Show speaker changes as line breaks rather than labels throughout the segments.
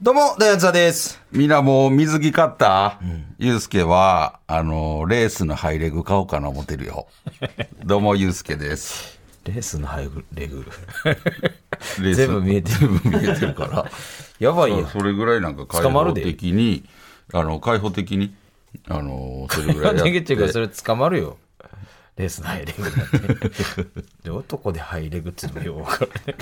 どうも、ダイアンツァです。
みんなもう水着買った、ゆうすけは、あの、レースのハイレグ買おうかな思ってる よ。どうも、ゆうすけです。
レースのハイグレグ。
レース
全部見えてる。
全部見えてるから。
やばいやん。
それぐらいなんか開
捕まる
放
で
的に、あの、開放的に、あの、それぐらいやっ
逃げてるから
て
そ。れ捕まるよ。レースのハイレグだって。で男でハイレグっていうのもよくわからないけど。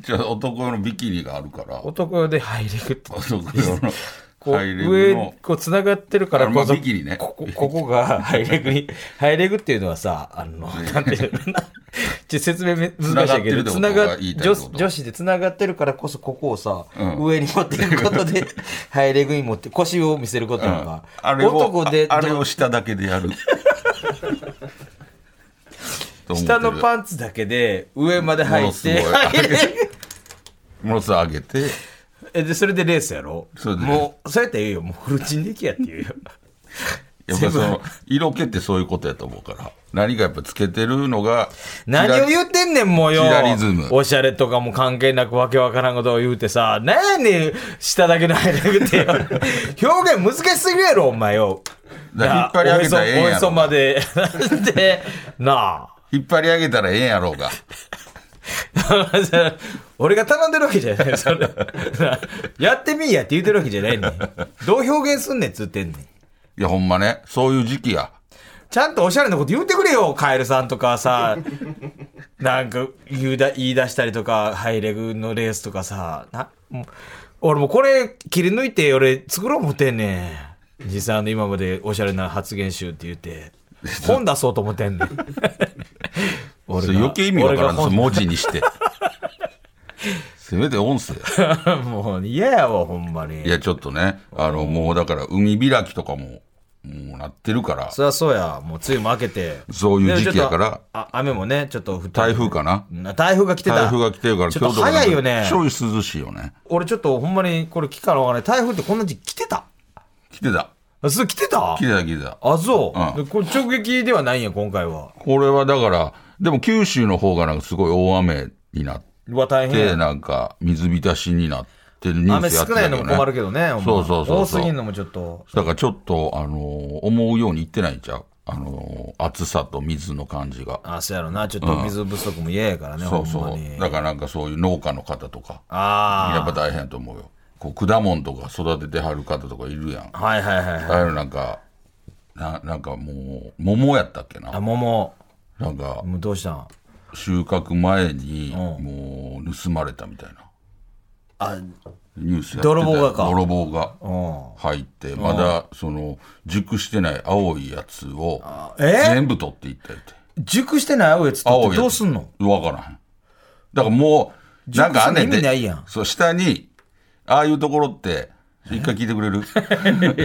じゃあ男のビキニがあるから、
男でハイレグって。
男
こ
の
う
ハイレグ
上
の、、
こう繋がってるから
あま
こ
あ
そ、
ビキニね
ここ、ここがハイレグに、ハイレグっていうのはさ、あの、なんていうのかな ちょ説明め難しいけ
繋がってるっ
ど、
てことが言いたい
女
ってこと
女子で繋がってるからこそ、ここをさ、
うん
上に持っていくこ とで、ハイレグに持って、腰を見せること
う
と
ん
か、
あれを、
男で
ああれ
ど
を下だけで やる。と思ってる
下のパンツだけで、上まで入って、
ものすごい
ハイレグ
ものすごい上げて、
えで、それでレースやろ
それで
もう、そうやったら言うよ。もうフルチンできやって言うよ。
やっぱりそ
全
の、色気ってそういうことやと思うから。何かやっぱつけてるのが、
何を
う
言うてんねん、もうよ
キラリズム。
おしゃれとかも関係なくわけわからんことを言うてさ、何やねん、下だけのハイレグってよ。 表現難しすぎるやろ、お前よ。
だから引っ張り上げたらええん
おへそおへ
や
そ
ろ。
まで。で、な
引っ張り上げたらええんやろうが。
あ。 俺が頼んでるわけじゃない。それなやってみいやって言うてるわけじゃないねん。どう表現すんねん、つってんねん。
いや、ほんまね。そういう時期や。
ちゃんとおしゃれなこと言ってくれよ、カエルさんとかさ、なんか言うだ言い出したりとか、ハイレグのレースとかさ、なもう俺もうこれ切り抜いて俺作ろう思ってんねん。実際あの今までおしゃれな発言集って 言って、本出そうと思ってんねん。俺
そ
が
れ余計意味わからん
俺
です
が
文字にして。せめて音声。
本 もう嫌やわ、ほんまに。
いや、ちょっとね。あの、もうだから、海開きとかも、もうなってるから、
そりゃそうや、もう梅雨も明けて。
そういう時期やから
でもちょっとあ雨もね、ちょっと降って。
台風かな
な。台風が来てた。
台風が来てるから、
ちょっと早いよね
ち。ょい涼しいよね。
俺ちょっとほんまにこれ聞かなわかんない。台風ってこんな時期来てた
来てた。
それ来てた
来てた、来てた。
あ、そう、
うん
でこれ直撃ではないんや、今回は。
これはだから、でも九州の方がなんかすごい大雨になっ
うわ、大
て、
変や。
なんか水浸しになってるニュー
雨
スやっ
少
てた
ない
けど、ね、
のも困るけどね、ほんま
そうそうそうそう
多すぎんのもちょっと。
だからちょっと、あのー思うようにいってないんちゃうあのー暑さと水の感じが。
あ、そうやろな。ちょっと水不足も嫌やからね、
そう
ほん
そ
まに
う。。だからなんかそういう農家の方とか、やっ
あ
ぱ大変やと思うよ。こう果物とか育ててはる方とかいるやん。
あ。はいはいはいはい。
ああいうのなんか、ななんかもう、桃やったっけ
あ、
な
桃。
なんか、
もうどうしたん
収穫前に、
うん
もう盗まれたみたいな。
あ、う
ニュースやってたよ
泥棒がか
泥棒が
ん。
入ってまだその熟してない青いやつを
え
全部取っていったりって
熟してない青いやつ取っ
青い
て
やつ
どうすんの
分からへんだからもうなんかあんねん
熟してない意味ないやん
そう下にああいうところって一回聞いてくれる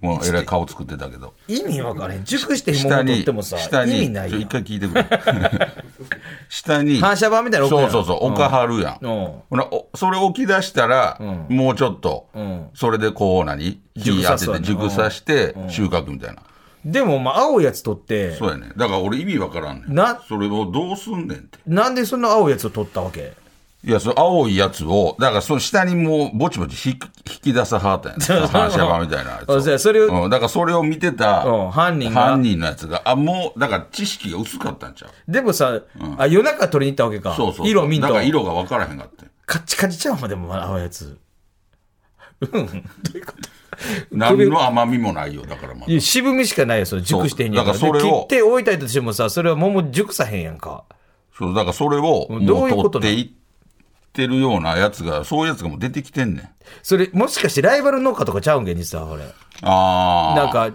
もうえらい顔作ってたけど
意味わからへん。熟して
下
桃取
に
ってもさ、
下
意味
に
ない
ち
や
ょ
ん
一回聞いてくれ 下に
反射板みたいなの置くや
そ
ん
うそうそう丘張るやん
うん
ほなおそれ置き出したら、もうちょっと、
ん
それでこう何
熟
火
さ
当
すわ
てて
ね
熟さして収穫みたいな、
でも、まあ、青いやつ取って、
そうやねだから俺意味わからんねん
な
それをどうすんねんって
なんでその青いやつを取ったわけ
いやその青いやつをだからその下にもうぼちぼち引き引き出さはったんやね反射板みたいなやつ
あ
を
そうやそれを
うん、だからそれを見てた、
うん犯人が
犯人のやつがあもうだから知識が薄かったんちゃう
でもさ、あ、夜中取りに行ったわけか。
そうそうそう
色見んと。
だから色が分からへんかって
カッチカチちゃうまでも、青いやつ。
何の甘みもないよだからまだ
いや渋みしかないよ、それ。熟してへんやん
そうだから
で
それを
切って置いたりとしてもさ、それは桃熟さへんやんか。
そう、だからそれを、
うんど
も
ういう
う
こと
取っていってるようなやつが、そういうやつがもう出てきてんねん。
それ、もしかしてライバル農家とかちゃうんけ、実は、これ。
ああ。
なん、か、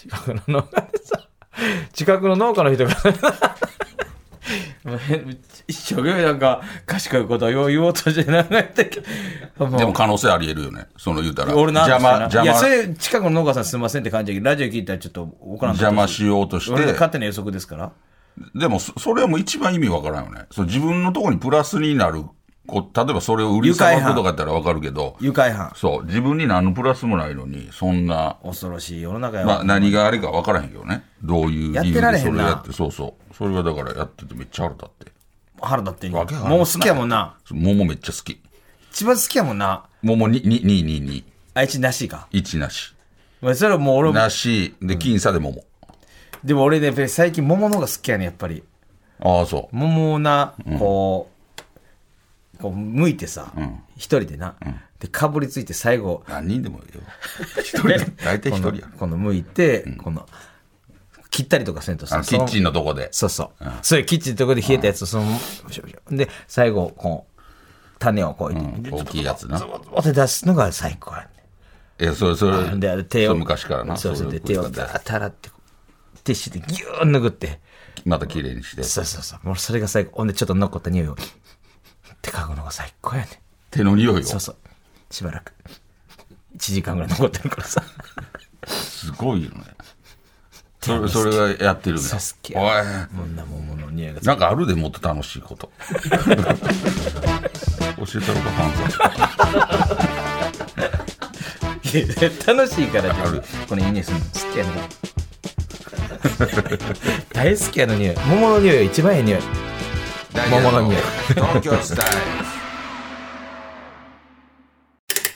近くの農家でさ、近くの農家の人が、 もう変一生懸命なんか賢いことをよう言おうとしてなんかやってもう
でも可能性ありえるよね。その言うたら。
俺なん
邪魔、
か
邪
いやそ
魔、
れ近くの農家さんすみませんって感じでラジオ聞いたらちょっと怒らんと
邪魔しようとし
俺の
て。
勝手な予測ですから
でもそ、それはもう一番意味わからんよね。その自分のところにプラスになる。こ例えばそれを売りさばくとかやったらわかるけど、
愉快犯
そう、自分に何のプラスもないのに、そんな、
恐ろしい世の中や
まあ何があれかわからへんけどね。どういう
やっ
理由
てら
で
れへ
そ
ん
れ
な
やって、そうそう。それはだからやっててめっちゃ腹立って。
腹立ってんの
わけわからん
もう好きやもんな
桃めっちゃ好き。
一番好きやもんな
桃に、に、に、に、に、
あいつなしか
1なし。
まあそれはもう俺も
なし、で、僅差で桃。
でも俺ねやっぱり最近桃の方が好きやねやっぱり
ああ、そ
桃をなこう、こう向いてさ、一人でな、でかぶりついて最後
う。何人でもいいよ。一人 や。大体一人や。
この向いて、この切ったりとかせんと
あ
さ
の、キッチン
の
のとこで。
そうそう、それキッチンのとこで冷えたやつをその、ブシュブシュで最後こう種をこう、
うん大きいやつな。
って出すのが最高やね
え、それ、それ、
であれ手
そ
を
う昔からな。
そうそう
れ
で手を
こうや
ザ
って
ーッと洗ってこうティッシュでギューン拭って
また綺麗にして。
そうそうそうもうそれが最高ほんでちょっと残った匂いをって嗅ぐのが最高やね
手の匂いを。
そうそうしばらく1時間ぐらい残ってるからさ
すごいよね。それ、それがやってるね。
そう好き
お
や
い。
こんな桃の匂いが
なんかあるでもっと楽しい こと。教えたのか、ファンさん。
いや楽しいからじゃあこのいい匂いするの好きやね大好きやの 匂い桃の匂いが一番いい匂い桃の匂い。
東京スタイ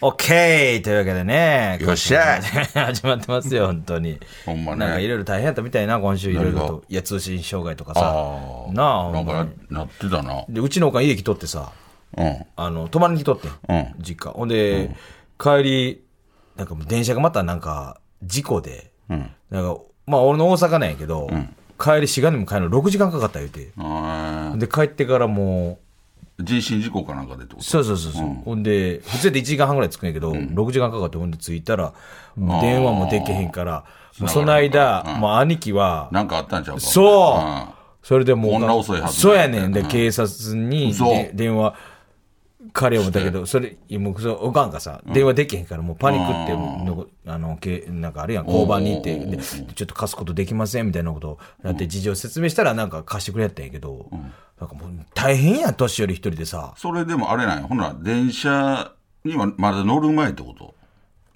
オッケーというわけでね
よっしゃ
始まってますよ本当に
ほんまね
なんかいろいろ大変やったみたいな今週いろいろ
何が
といや通信障害とか
ル。
さ
ああ。
なあ
な
ほ
ん
んま
か
に
なってたな。
でうちのおかん家来とってさ
うん。
あの泊まりに来とって、
うん
実家ほんで、帰りなんかもう電車がまたなんか事故で
うん。
なんかまあ俺の大阪なんやけど、
ん
帰り滋賀にも帰るの6時間かかった言うて
あー
で帰ってからも
人身事故かなんかでってこ
う
と
そうそうそうそう、ほんで普通で1時間半ぐらい着くんやけど、6時間かかってほんで着いたらもう電話もできへんからもうその間、もう兄貴は
なんかあったんちゃうか
そう、それでもう
こんな遅いはず
そうやねんで、
うん
警察に
嘘
で電話彼をもだけどそれもうそれおかんがさ、電話できへんからもうパニックってのあのけなんかあれやん交番に行って
おうおうお
で
う
ちょっと貸すことできませんみたいなことなって事情説明したらなんか貸してくれやったんやけど、なんかもう大変やん年寄り一人でさ
それでもあれなんやほな電車にはまだ乗る前ってこと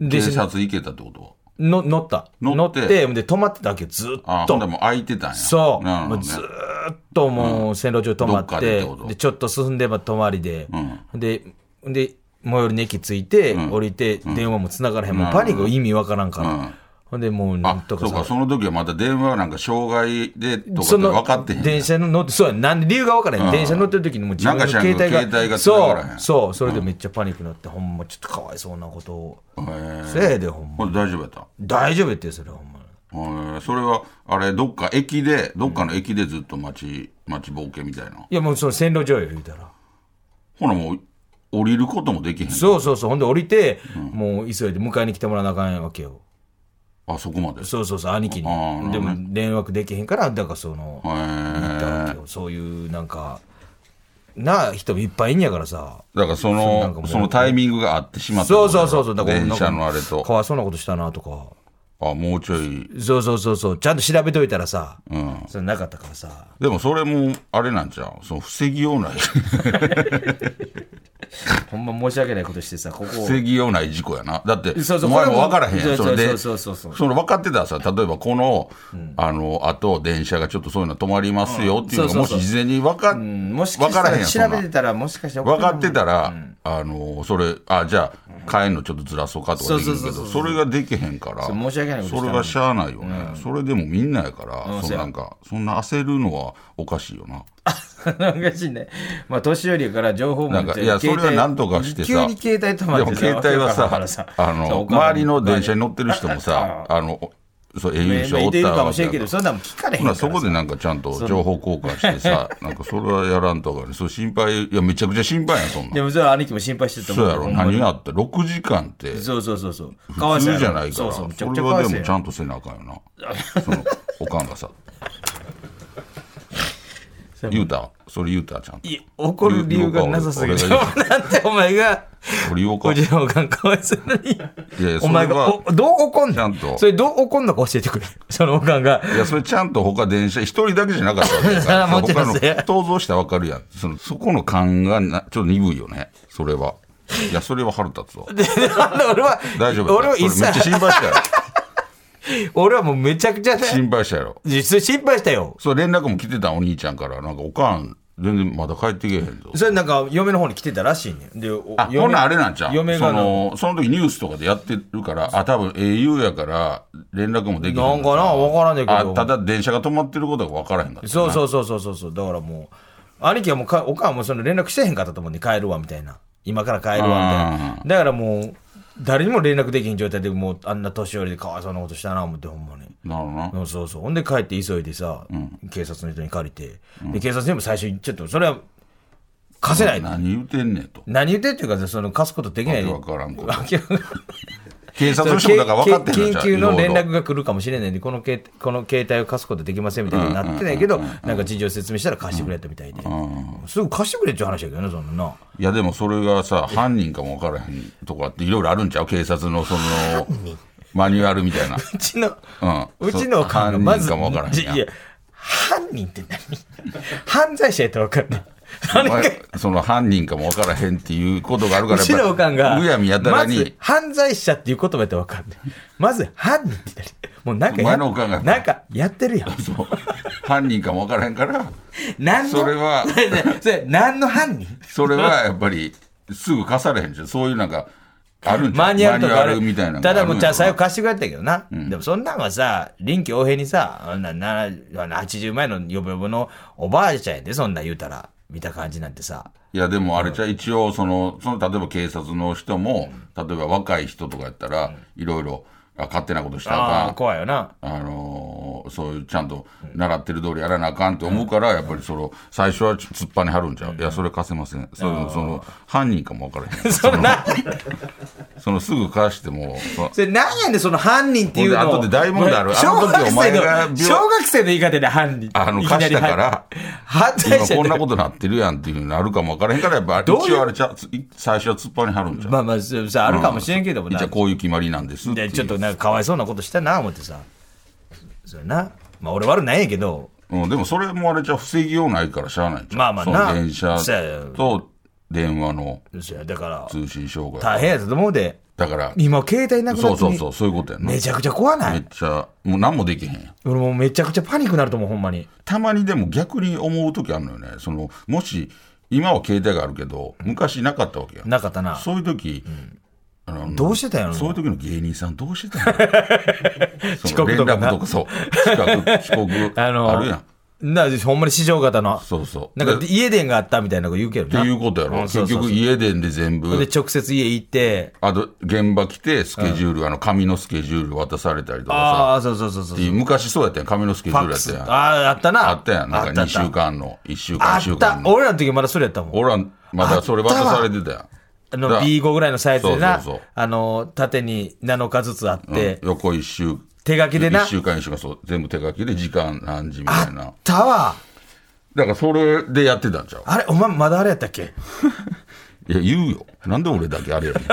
で
警察行けたってこと
の乗った
乗って
で止まってたわけよずっ
ああほ
と
んでもう空いてたんや
そう、
なるほど
もう
ね
ずーっともう線路上止ま
ど
っ、
っかでっててこと
でちょっと進んでば泊まりで、
う
でで最寄りの駅着いて、降りて電話も繋がらへん、もうパニック意味わからんから、
うん
ほんでもうなん
あ
と
そう
かさ
かその時はまた電話なんか障害でとかって
その
分かってへんやん
電車の乗って、そうや、なんで理由が分からへん、
うん
電車乗ってる時にもう自分の携帯が、
なんか知らんけど携帯が繋
そ
がらへ
う、
ん
そう、それでめっちゃパニックになって、ほんまちょっとかわいそうなことを、
へえ
せいでほんま、
ほんで大丈夫やった
大丈夫やってよ、それほんま。
へえそれはあれどっか駅でどっかの駅でずっと待ち待ちぼうけみたいない
や、もうその線路上よ、言うたら。
ほなもう降りることもできへん
そうそうそう、ほんで降りて、もう急いで迎えに来てもらわなあかんわけよ。
あそこまでへ
そうそうそう、兄貴
あーな
に。で
るほどね
も、連絡できへんから、だからその、行ったわけ
え
よそういう、なんか、なあ、人もいっぱいいんやからさ。
だからそ
そうなんか
の
もう
そのタイミングがあってしまったって
そ
こ
う
とだ
そう
よ
そうそう、だから
電車
なんか
のあれと
かわいそうなことしたなとか。
あもうちょい、
そうそうそうそう、ちゃんと調べといたらさ、
うん、
それなかったからさ。
でもそれもあれなんちゃうその防ぎようない
ほんま申し訳ないことしてさ、ここを。
防ぎようない事故やなだって
そうそう
お前
これ
も
も
分からへんやん
そ
れ
うそ
で
うそうそうそう
その分かってたらさ例えばこの、あのあと電車がちょっとそういうの止まりますよっていうのが、
うんそう
も
そうそう
し事前に分か,、
うんもしか
分
した
からへん
ら
やんそ
調
ん
べ
な
てたら、もしかして
分かって
た。
たら、あのそれあじゃあ帰んのちょっとずらそうかとかできるけ
そう
ど
そうそう
それができへんから
そう申し訳ないことした
それはしゃあないよね、それでもみんなやから、
うん
そ
そ
の
うや
なんかそんな焦るのはおかしいよな
おかしいね。まあ、年寄りやから情報も
なんかいや
携帯
それはなんとかしてさ
急に携帯止ま
で
って
も
さ
携帯は
わけわから
さ
ん
あ
そう
の
お母さん
周りの電車に乗ってる人もさあのそう英雄者
まあ
お
い
ってた
るからも
わ
し
け
れ
やか
んけど、
ら
そんなんも聞かれへ
ほ
んかららさ。
そこでなんかちゃんと情報交換してさなんかそれはやらんとあかんそう心配いやめちゃくちゃ心配やんそん
で
なん
もそれは兄貴も心配してた
そうやろ
ほんまに
何があって6時間って
そうそうそうそう。かわ
普
い
通
そうやろ
じゃないからそう
そそう。めち
れ
ゃくちゃかわ
はい
そう
でも
やろ
ちゃ んとせなあかんよなそのおかんがさ言うたそれ言うたちゃんと
いや怒る理由がなさすぎる。なんでお前が、
俺言おうか
おじのおかんかわいそうに
いや。
お前が、
それは
おどう怒ん
ちゃ
の
んと
それどう怒んのか教えてくれ。そのおかん が。
いや、それちゃんと他電車、一人だけじゃなかったわけだか ら。
もちろんそう
他
や
の、想像したらわかるやん。その、そこの勘がな、ちょっと鈍いよね。それは。いや、それは腹立つわ。
であの俺は、
大丈夫や
俺は
それ
一
めっち ゃ
切、
心配したやろ。
俺はもうめちゃくちゃね、
心配したやろ。
実際心配したよ。
そう、連絡も来てたんお兄ちゃんから、なんか、おかん、全然まだ帰ってけえへんぞ。
それなんか、嫁の方に来てたらしいねん。で、お
あ、
嫁
ほんなんあれなんちゃう
嫁
そ
がの、
の、その時ニュースとかでやってるから、あ、多分 au やから、連絡もできへんの
なんかなわからんねんけど
あ、ただ電車が止まってることがわからへんかった。
そうそうそうそうそうそう。だからもう、兄貴はもうか、おかんはもうその連絡してへんかったと思うね。帰るわ、みたいな。今から帰るわ、みたいな。だからもう、誰にも連絡できへん状態で、もう、あんな年寄りでかわいそうなことしたな、思って、ほんまに。
なるほどな。
うんそうそう。ほんで帰って急いでさ、警察の人に借りて。で、警察にも最初に、ちょっと、それは、貸せない。
何言うてんねんと。
何言ってんっていうか、その、貸すことできない。
わけわからんこと
わけわからん
警察の人もだから分かってるん
緊急の連絡
が。
が来るかもしれないんで、この携この携帯を貸すことできませんみたいになってないけど、なんか事情説明したら貸してくれたみたいで、すぐ貸してくれっていう話だけどね、そんなな。
いやでもそれがさ、犯人かも分からへんとかっていろいろあるんちゃう警察のその、マニュアルみたいな。
うちの、
うん
うちのおかんが
そう
ま
犯人
ず、
かもわからんやん
じいや、犯人って何犯罪者やったら分かんない。何
お
か
前その犯人かも分からへんっていうことがあるから
うちのおかんが、
むやみやたら
まず
に、
犯罪者っていう言葉やったら分かんない。まず、犯人って何もうなん
お
かや
前のおかんが
なんかやってるやん。
そう犯人かも分からへんから、
何の
それは
それ何の犯人
それはやっぱりすぐ貸されへんじゃん。そういうなんか、あるんちゃう
マニュアルとかあ
マニュ
る
アルみたいなのが
た
ある
だ
んや
も
ろ
う
な
じゃあ最後貸してくれたけどな、でもそんなんはさ臨機応変にさあんななあの80前のよぼよぼのおばあちゃんやでそんなん言うたら見た感じなんてさ
いやでもあれじゃう一応そのその例えば警察の人も例えば若い人とかやったらいろいろあ勝手なことしたら
あ
あ
あ
かん
怖いよな
あのーそういうちゃんと習ってる通りやらなあかんって思うからやっぱりその最初は突っ張に張るんじゃういやそれ貸せませんそのその犯人かも分から へん
そんな
そのすぐ貸してもその
それ何やねんその犯人っていうの
ほんで後で大問題ある
小学
あの時お前が
生の
病
小学生の言い方で犯人
あの
いきなり
貸したから
犯罪
今
者
こんな
と
ことなってるやんっていうのになるかも分からへんからやっぱ一
どういう
応あれちゃう最初は突っ張に張るんじゃう
まあまあそうさあるかもしれんけどもな、
一応こういう決まりなんですってい
で
う
ちょっとなんかかわいそうなことしたな思ってさそれなまあ俺悪ないんやけど
うん、でもそれもあれじゃ防ぎようないからしゃあないんちゃう
まあまあ
その
な
電車
そうや
と電話の
そやだから
通信障害。
大変やったと思うで
だから、
今携帯なく
そ
な
う
って
そ
に
うそう、そういうことやんな。
めちゃくちゃ怖な
め
い
っちゃ、もう何もできへんやん。
俺もうめちゃくちゃパニックになると思うほんまに
たまにでも逆に思う時あるのよね。その、もし、今は携帯があるけど、昔なかったわけやん。
なかったな
そういう時、あの
どうしてたんやろな
そういう時の芸人さんどうして たんやろそ
遅
の
刻
連
とかな
絡とかそう。遅 刻、遅刻、
あの
あるやん。
なほんまに市場型の
そうそう。
なんか
でっ
家電があったみたいなの言うけど
て
な
いうことやろ。
うんそ
結
うそうそう
局家電で全部。
で直接家行って
あと、現場来て、スケジュール、あの、紙のスケジュール渡されたりとか
ああそうそうそうそ
さ
う
っていう、昔そうやったやん、紙のスケジ
フ
ュ
ァ
ー
ッ
ルや
ク
ったや
ス
ん。あ
あああったな
ったやん、なんか2週間の、1週間、
あ
1週
った
間の。
俺らの時まだそれやったもん
俺ら、まだそれ渡されてたやん。
あ
だ
の B5 ぐらいのサイズでな
そうそうそう
あの縦に7日ずつあって
うん横1週。
手書きでな
1週間、1週間、そう、全部手書きで、時間何時み
あ
たいな
っ。たわ
だから、それでやってたんちゃう
あれお前まだあれやったっけ
いや、言うよ。なんで俺だけあれ やねん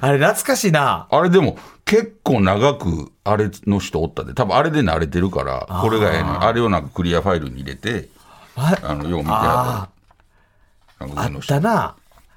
あれ懐かしいな
あれでも、結構長く、あれの人おったで。多分、あれで慣れてるから、これがええねんあれをなんかクリアファイルに入れて、
あ
あの、よう見てはった。韓
あ
国の
っ
人
たな。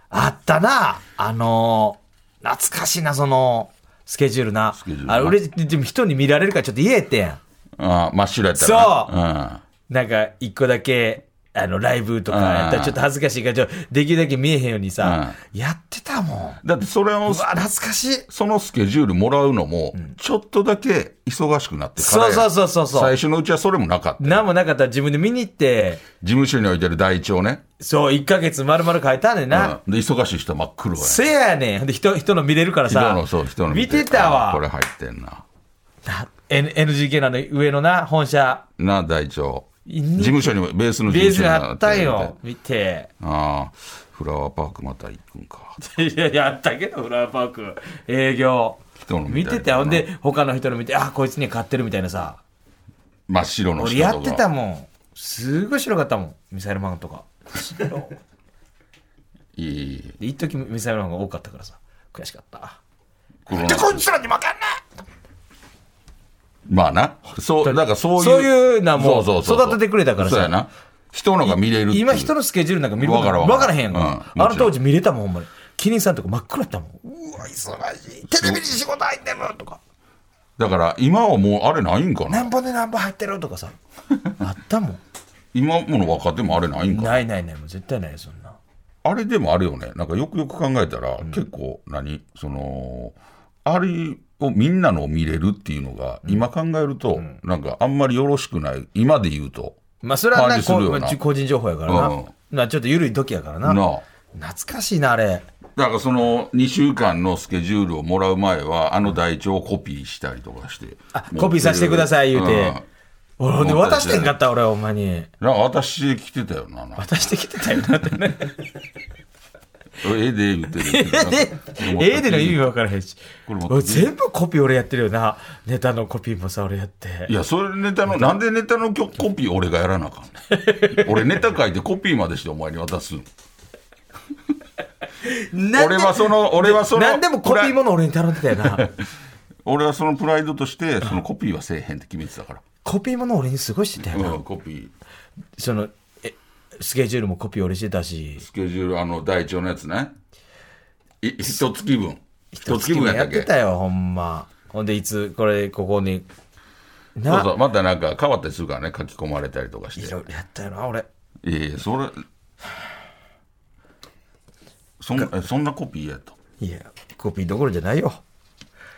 あったな。あのー懐かしいな、その、スケジュールな。
ケジュールな
あ俺、でも人に見られるからちょっと言えてん。
ああ真っ白やったらな。
なんか、一個だけ、あの、ライブとかやったらちょっと恥ずかしいから、ちょっとできるだけ見えへんようにさ、やってたもん。うわ、
うん。だってそれを、
懐かしい。
そのスケジュールもらうのも、ちょっとだけ忙しくなってからや。
そうそうそうそうそう
最初のうちはそれもなかった。事
何もなかったら自分で見に行って、
務所に置いてる台帳ね。
そう、1ヶ月丸々書いたねんな。
うんで、忙しい人は真っ黒や。
せやねん。で、人、人の見れるからさ。
人の、そう、人の
見てた
あこれ
わ。
入ってんな。
な N- NGK のあの上のな、本社。
な、台帳。
い
事務所にも、ベースの事
ベー
務所
ス
に
に
も
あったん
なって
よ
て。
見て。
ああ、フラワーパークまた行くんか。
いや、やったけど、フラワーパーク。営業。
人の見
見
たり
て
とかな
たよ。ほんで、他の人の見て、あ、こいつには買ってるみたいなさ。
真っ白の人
俺
とか
やってたもん。すごい白かったもんミサイルマンとか白
いえいえ。
で一時ミサイルマンが多かったからさ悔しかった
この
でこいつらに負けんね
まあな。そう、だからそういう。
そういうのはもう
そうそうそう
育ててくれたからさ
そうやな。人のが見れるっていう
今人のスケジュールなんか見ること
わからんわ
分
からん
からへんやん
うんも
か
ちろん
あの当時見れたもんほんまにキリンさんとか真っ暗やったもんうわ忙しいテレビに仕事入ってるとか
だから今はもうあれないんかな。
何本で何本入ってるとかさあったもん
今もの若手もあれないんかな。
ないないないもう絶対ないよそんな
あれでもあれよね。なんかよくよく考えたら、結構何その、あれをみんなのを見れるっていうのが、今考えると、なんかあんまりよろしくない。今で言うと。
まあそれはな
感じす
こ
るよ
う
な
まあ個人情報やからな,、
うん
なちょっと緩い時やからな
なあ。
懐かしいなあれ
だからその2週間のスケジュールをもらう前は、あの台帳をコピーしたりとかして。
あコピーさせてください言うて
ん
俺ほんで
思った
渡
り
し
してて
ん
ね
かった俺ほんまに
なんか私来てたよな。なんか
渡してきてたよ なってね
ええで言ってる。
ええでええでの意味分からへんし
これ持って
俺全部コピー俺やってるよなネタのコピーもさ俺やって
いや、それネタの、なんでネタのきょコピー俺がやらなあかんね ん俺ネタ書いてコピーまでしてお前に渡す。
なんで
俺はその俺はその
なんでもコピーもの俺に頼んでたよ な
俺はそのプライドとして、そのコピーはせえへんって決めてたから。
コピーもの俺にすごいしてたよな、
うん、コピー。
そのえスケジュールもコピー俺してたし
スケジュール、あの、台帳のやつね。い、一月分。一月分やった
や
っ
っ
け
てたよほんまほんでいつこれここに
そ
な
うそう、またなんか変わったりするからね、書き込まれたりとかして
い。ろいろやったよな俺
いやいや、それ、そんえそんなコピーやと。
いやコピーどころじゃないよ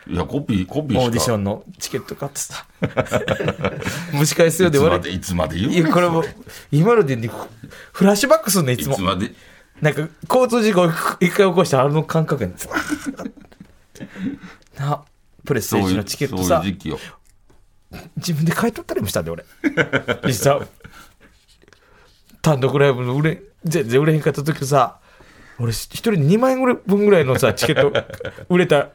いや、コピー、コピーし
オ
か
ーディションのチケット買っ てさ蒸し返すよ
い
で
つ
言
ま
われ
で、いつまで言う
いやこれも今ので、ね、フラッシュバックすんねい
い
つも
つまで。
なんか交通事故一回起こしたあの感覚やね なプレス
そ
テ
う
ージ
い
の
う、
チケッ
そ
ト
ういう
さ
時期よ。
自分で買い取ったりもしたんで俺 実際単独ライブの売れ全然売れへんかった時さ俺一人に2万円ぐらい分ぐらいのさチケット売れた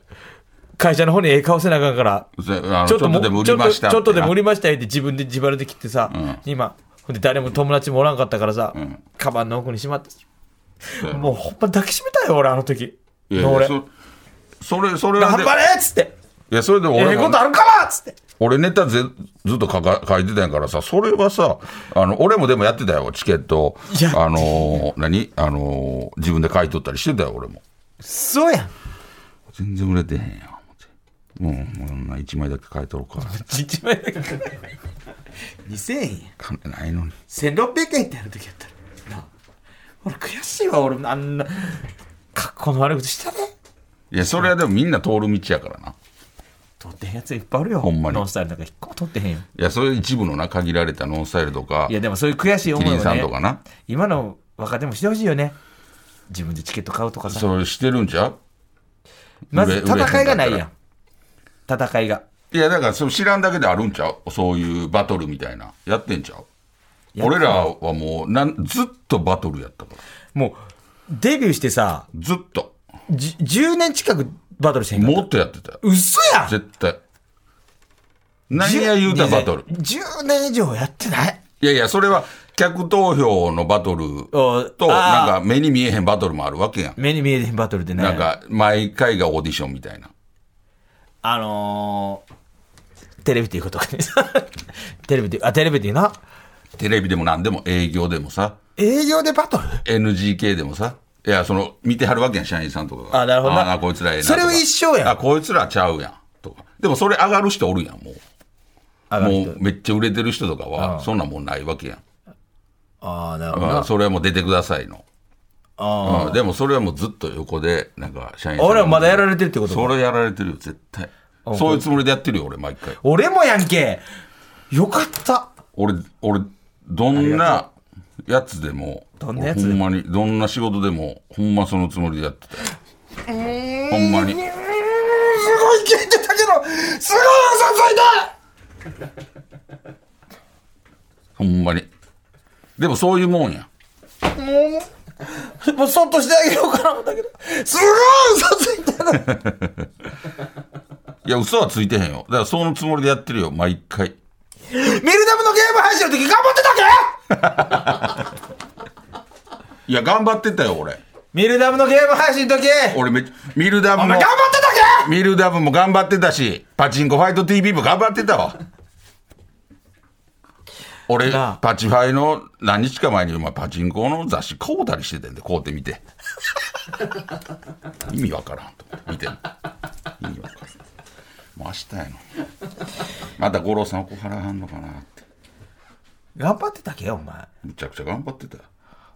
会社の方にええ顔せなあかんから
それあの
ち
ちょ
ょ
っ
っと
と
も
でも売りました
ちょっとちょっとでも売
り
りましたよって自分で自腹で切ってさ、
う
今ほんで誰も友達もおらんかったからさ、
ん
カバンの奥にしまって
も
もうほんま抱きしめたよ、俺、あの時。
いやいや
俺、
そそれ、それは
頑
で
張れっつって、
いや、それでも
え
俺
えこ
も
と、あるからっつって。
俺ネタぜずっと書か書いてたんやからさ、それはさ、あの、俺もでもやってたよ、チケットを
いや
あのー、何あのー、自分で買い取ったりしてたよ、俺も。
そうやん。
全然売れてへんやん、思って。もう、こんな1枚だけ買い取ろうか。
1枚だけ。2000円 や。
金ないのに。
1600円ってやる時やったら。なあ俺、悔しいわ、俺、あんな、格好の悪いことしたね。
いや、それはでもみんな通る道やからな。
撮ってへんやついっぱいあるよ。
ほんまに
ノンスタイルなんか一個も撮ってへんよ。
いや、それ一部のな、限られたノンスタイルとか、
いや、でもそういう悔しい思
キ
い
リ
をね
ンさんとかな。
今の若手もしてほしいよね。自分でチケット買うとかさ。
それしてるんちゃう
まず戦いがない
売れへん
や
か
ん。戦いが。
いや、だから、それ知らんだけであるんちゃうそういうバトルみたいな。やってんちゃう
や
俺らはもうなん、ずっとバトルやったから。
もう、デビューしてさ、
ずっと。
じ10年近くバトルしてへんかった
もっとやってたよ。
嘘やん
絶対。何や言うたらバトル。
10年以上やってない
いやいや、それは、客投票のバトル
お
と、
あ
な
ー
んか目に見えへんバトルもあるわけやん。
目に見えてへんバトルでね
なんか、毎回がオーディションみたいな。
あのー、テレビっていうことかね テレビってあテレビっていうな
テレビでも何でも営業でもさ、
営業でバトル
NGK でもさ、いや、その、見てはるわけやん、社員さんとかが。
あなるほどな
あ、こいつらええなと
そ
か。
れは一緒やん
あ、こいつらちゃうやん。とか。でもそれ上がる人おるやん、もう。
上がる
も
人
うめっちゃ売れてる人とか
うん
は、そんなもんないわけやん。
ああなるほどな
うん、それはもう出てくださいの。
あ
うん、でもそれはもうずっと横で、なんか、社員
ー
ん
俺はまだやられてるってこと
そ
か
れやられてるよ、絶対。そういうつもりでやってるよ、俺、毎回。
俺もやんけよかった
俺、俺、どんなやつでも、
どんなやつで
俺
も
ほんまに、どんな仕事でも、ほんまそのつもりでやってたよ。ほんまに。
うーんすごい聞いてたけどすごい嘘ついた
ほんまに。でもそういうもんや。
もう、もうそっとしてあげようかな思ったけど、すごい嘘ついたな。
いや、嘘はついてへんよ。だからそのつもりでやってるよ、毎回。
ルダムのゲーム配信の時頑張ってたっけ
いや、頑張ってたよ、俺。
ミルダムのゲーム配信の時
俺めっちゃ、ミルダ
お
ム
前
も
頑張、ってたっ
ミルダムも頑張ってたし、パチンコファイト TV も頑張ってたわ。俺、
なあ
パチファイの何日か前に、お前パチンコの雑誌買うたりしててんで、買うてみ て。意味わからんと思って、見てんの意味わからん。もう明日やのに。また五郎さん怒らはんのかなって。
け頑張ってたっけお前
むちゃくちゃ頑張ってたよ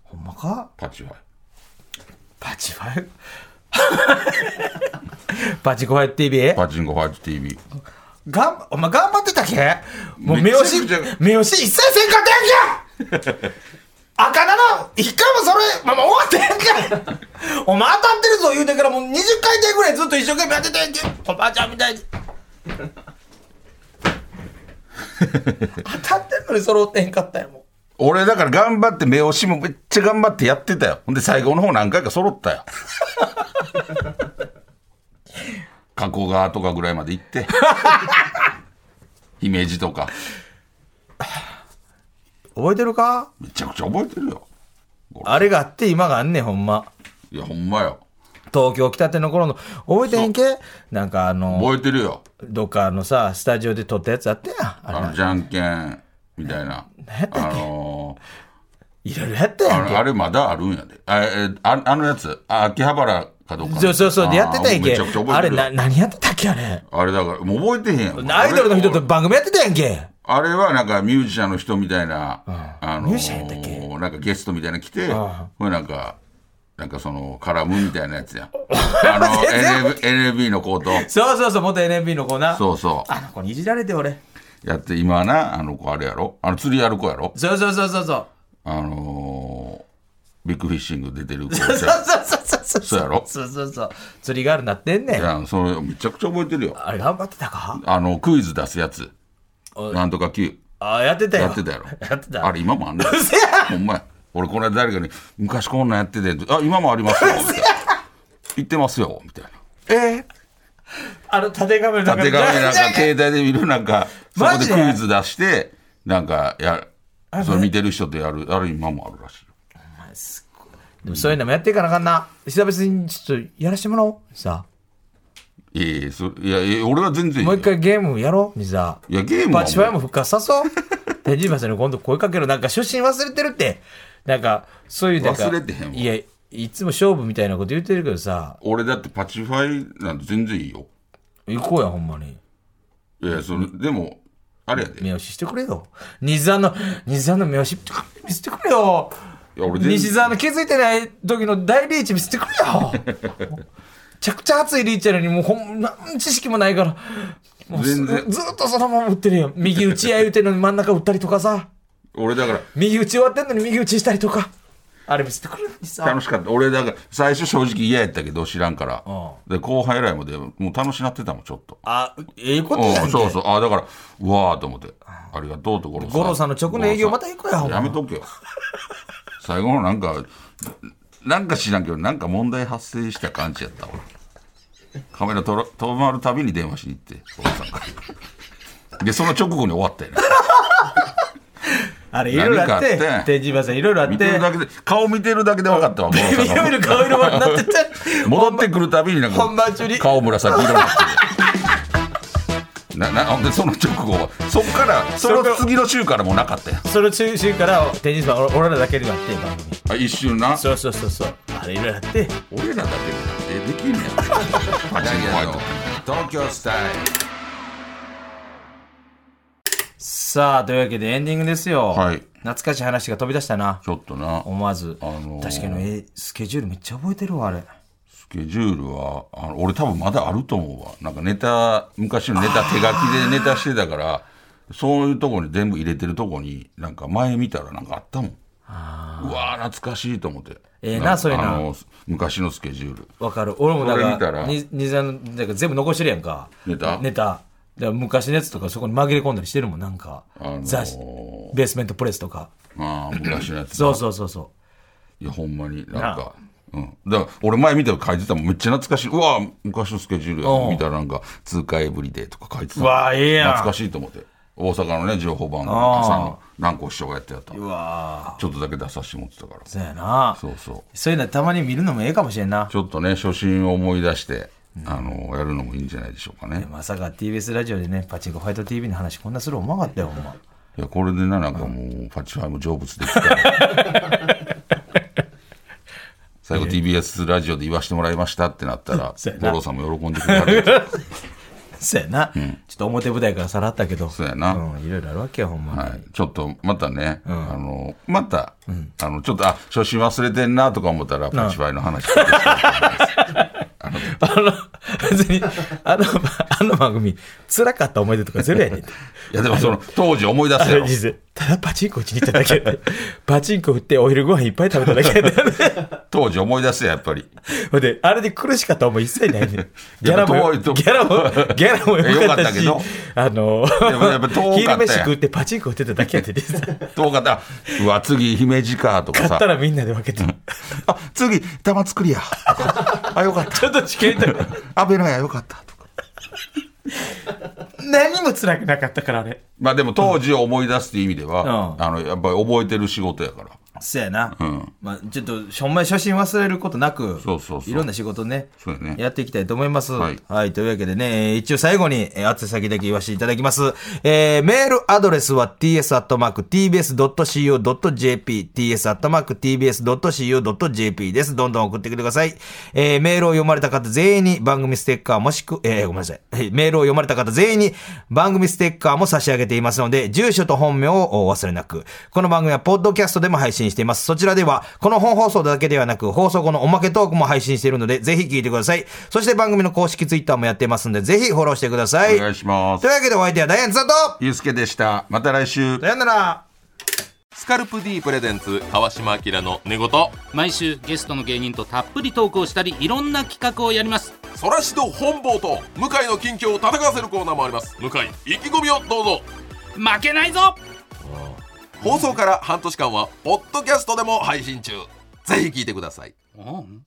ほんまか
パチファイ。
パチファイパチコファイ TV?
パチンコファイト TV。
がんお前頑張ってたっけもう目
めちゃ
押
く
し
ちゃ
目押し一切せんかったやんけ赤なの一回もそれ、まあ、もう終わってやんかお前当たってるぞ言うてからもう20回転ぐらいずっと一生懸命やってたやんけおばあちゃんみたい に当たってんのに揃ってへんかったよも
俺だから頑張って目押しもめっちゃ頑張ってやってたよほんで最後の方何回か揃 ったよ加古川とかぐらいまで行って姫路とか
う覚えてるか
めちゃくちゃ覚えてるよ
あれがあって今があんねんほんま
いやほんまよ
東京来たての頃の覚えてへんけなんかあの
覚えてるよ
どっかのさスタジオで撮ったやつあったやんあれ
あのじゃんけんみたいな
何やった
あ
っけ
のー
いろいろやったやん
あ
け
れあれまだあるんやであえああのやつあ秋葉原かどうかの
そうそうそう、でやってたやん
あーめ
け
ちゃくちゃ。
あ
覚え
れ
てる
な、
よ
何やってたっけ、あれ。
あれだからもう覚えてへんやん
アイドルの人と番組やってたやんけ。
あれはなんかミュージシャンの人みたいな、あの
ミュージシャンやったっけ
なんかゲストみたいなの来て、
あ
これなんか、なんかその、絡むみたいなやつや ん。あの、NLB, NLB の子と、
そうそうそう、元 NMB の子な。
そうそ
あの子にいじられて、俺。
う。やって、今はな、あの子あれやろあの、釣りやる子やろ
そうそうそうそうそう。
あのービッグフィッシング出てる子じゃ
そう そう
う
そうそう。
そうやろ
そうそうそう。釣りガールなってんね
い
ん。
やそれめちゃくちゃ覚えてるよ。
あれ頑張ってたか
あの、クイズ出すやつ。
おい
なんとか Q。
あ、やってたよ。
やってたやろ
やってた。
あれ今もあんねん。
うせや
ほんまや。俺この間誰かに、昔こんなんやってて、あ、今もあります よ。みたいな言ってますよ。みたいな。
えー あの、縦画面の中
縦
で
紙なんか携帯で見るなんか、そこ
マ
で
ジ
ク
で
イズ出して、なんかや、それ見てる人とやる、ある今もあるらしいよ。
でもそういうのもやっていかなあかんな。久々にちょっとやらしてもらおう。さ
いやいやそいやいや、俺は全然いい
も
よ
う一。回ゲームやろう、水沢。
いや、ゲームは
パチファイ
も
も復活さそう。 手島さんに今度声かけろ。なんか初心忘れてるって。なんか、そういうなんか。
忘れてへんわ
いや、いつも勝負みたいなこと言ってるけどさ、
う俺だってパチファイなんて全然いいよ。
行こうや、ほんまに。
いや、その、でも、あれやで。い
目押ししてくれよ。西沢の、西沢の目押し見せてくれよ。
や、俺全
西
然。
沢の気づいてない時の大リーチ見せてくれよ。め ちゃくちゃ熱いリーチやのに、もうほん、なん知識もないから。もうす
全然
ずっとそのまま打ってるよ。右打ちや言うてるのに真ん中打ったりとかさ。
俺だから、
右打ち終わってんのに右打ちしたりとか。あれ見せてくれよ、西沢
楽しかった。俺だから、最初正直嫌やったけど、知らんから
う。
で、後輩らいまで、もう楽しなってたもん、ちょっと。
あ、ええことや
うんん、
け。
そうそう。あ、だから、うわーと思って。ありがとうと、五郎さん。
五郎さんの直の営業また行こうや、ほんま
やめとけよ。最後のなんか、なんか知らんけど、なんか問題発生した感じやったわ。カメラとら止まるたびに電話しに行って、お父さんから。で、その直後に終わったよね。
あれ、いろいろあ
何
っ
かあ
て
っ、て
天神馬さんいろいろあっ
見てる
て、
だけで、顔見てるだけで分かったわ、五郎
み
さん
ろみ
が
ろ顔色悪くなってて、
戻ってくるたびになんか
本番中に、
顔紫色になってる。ななほんでその直後はそっからその次の週からもうなかったよ
その中心から天神馬は俺らだけでやって、番組。
あ一瞬な
そうそうそうそう。あれ、いろいろあって、
俺らだけでできんねや東京スタイル
さあ、というわけでエンディングですよ。
はい
懐かしい話が飛び出したな。
ちょっとな、
思わず。
あのー
確かに、えースケジュールめっちゃ覚えてるわ、あれ。
スケジュールは、あの俺多分まだあると思うわ。なんかネタ、昔のネタ手書き でネタしてたから、そういうとこに全部入れてるとこに、なんか前見たらなんかあったもん。うわー懐かしいと思って。
ええなん
か
そういうの
あの昔のスケジュール。
わかる。俺もだ
これ見
か
た
ら、
ら
ににざんなんか全部残してるやんか。
ネタ
ネタ。だから昔のやつとかそこに紛れ込んだりしてるもん、なんか。
あのー
雑誌、ベースメントプレスとか。
ああ、昔のやつ。
そうそうそうそ
いや、ほんまになんか。うん、だから俺前見たら書いてたもんめっちゃ懐かしいうわー昔のスケジュールや
うん
なみたいななんか「通過エブリデイ」とか書いてた
うわーええやん
懐かしいと思って大阪のね情報番組の朝の南光師匠がやってやったち
う
ょ
わ
っとだけ出させてもらってたから
そうやな
そうそう
そういうのたまに見るのもええかもしれんな
ちょっとね初心を思い出して、あのやるのもいいんじゃないでしょうかね
まさか TBS ラジオでねパチンコファイト TV の話こんなする思わなかったよほんま
いやこれでななんかもうパチファイも成仏で きたら最後 TBS ラジオで言わしてもらいましたってなったら
そうやな
五郎さんも喜んでくれはる
そうやな、ちょっと表舞台からさらったけど
そうやな、
うん、いろいろあるわけよほんまに、
はい、ちょっとまたね、あのまた、あのちょっとあ初心忘れてんなとか思ったらパチファイの話聞いて
あの、別に、あの、あの番組、辛かった思い出とかゼロやねんて。
いやでもそ の当時思い出
あ
せ
れ
よ
実際ただパチンコ打ちに行っただけや った。パチンコ振ってお昼ご飯いっぱい食べただけやった。
当時思い出せよやっぱり
ほんで、あれで苦しかった思い一切ないねん。ギャラも
やっぱ
よ、
遠い
ギ
と
ャ ラも、ギャラも良かったし
よかった、
あの
もやっぱ遠かったやん、
昼飯食ってパチンコ打ってただけや ってて、実際
遠かったうわ次姫路かとか
買
さ
ったらみんなで分けて。
あ次玉作りやとかあよかっ
ちょっと試験と か
た安倍のやよかったとか
何も辛くなかったから、あれ。
まあでも当時を思い出すっていう意味では、
うん
あのやっぱり覚えてる仕事やから
そうやな。
ん
まあ、ちょっと、ほんまに初心忘れることなく、
そうそうそう
ろんな仕事ね
そうやね
やっていきたいと思います。は
はいい。
というわけでね、えー一応最後に、えー、宛先だけ言わせていただきます。えーメールアドレスは ts.tbs.co.jp、ts.tbs.co.jp です。どんどん送ってきてください。えーメールを読まれた方全員に番組ステッカーもしく、えーごめんなさい。えーメールを読まれた方全員に番組ステッカーも差し上げていますので、住所と本名をお忘れなく。この番組はポッドキャストでも配信しています。そちらでは、この本放送だけではなく、放送後のおまけトークも配信しているので、ぜひ聞いてください。そして番組の公式ツイッターもやってますので、ぜひフォローしてください。
お願いします
というわけでお相手はダイアンツだと
ゆうすけでしたまた来週
さよなら
スカルプ D プレゼンツ川島明の寝言
毎週ゲストの芸人とたっぷりトークをしたりいろんな企画をやります
そらしど本坊と向井の近況を戦わせるコーナーもあります向井意気込みをどうぞ
負けないぞ
放送から半年間はポッドキャストでも配信中ぜひ聞いてください
うん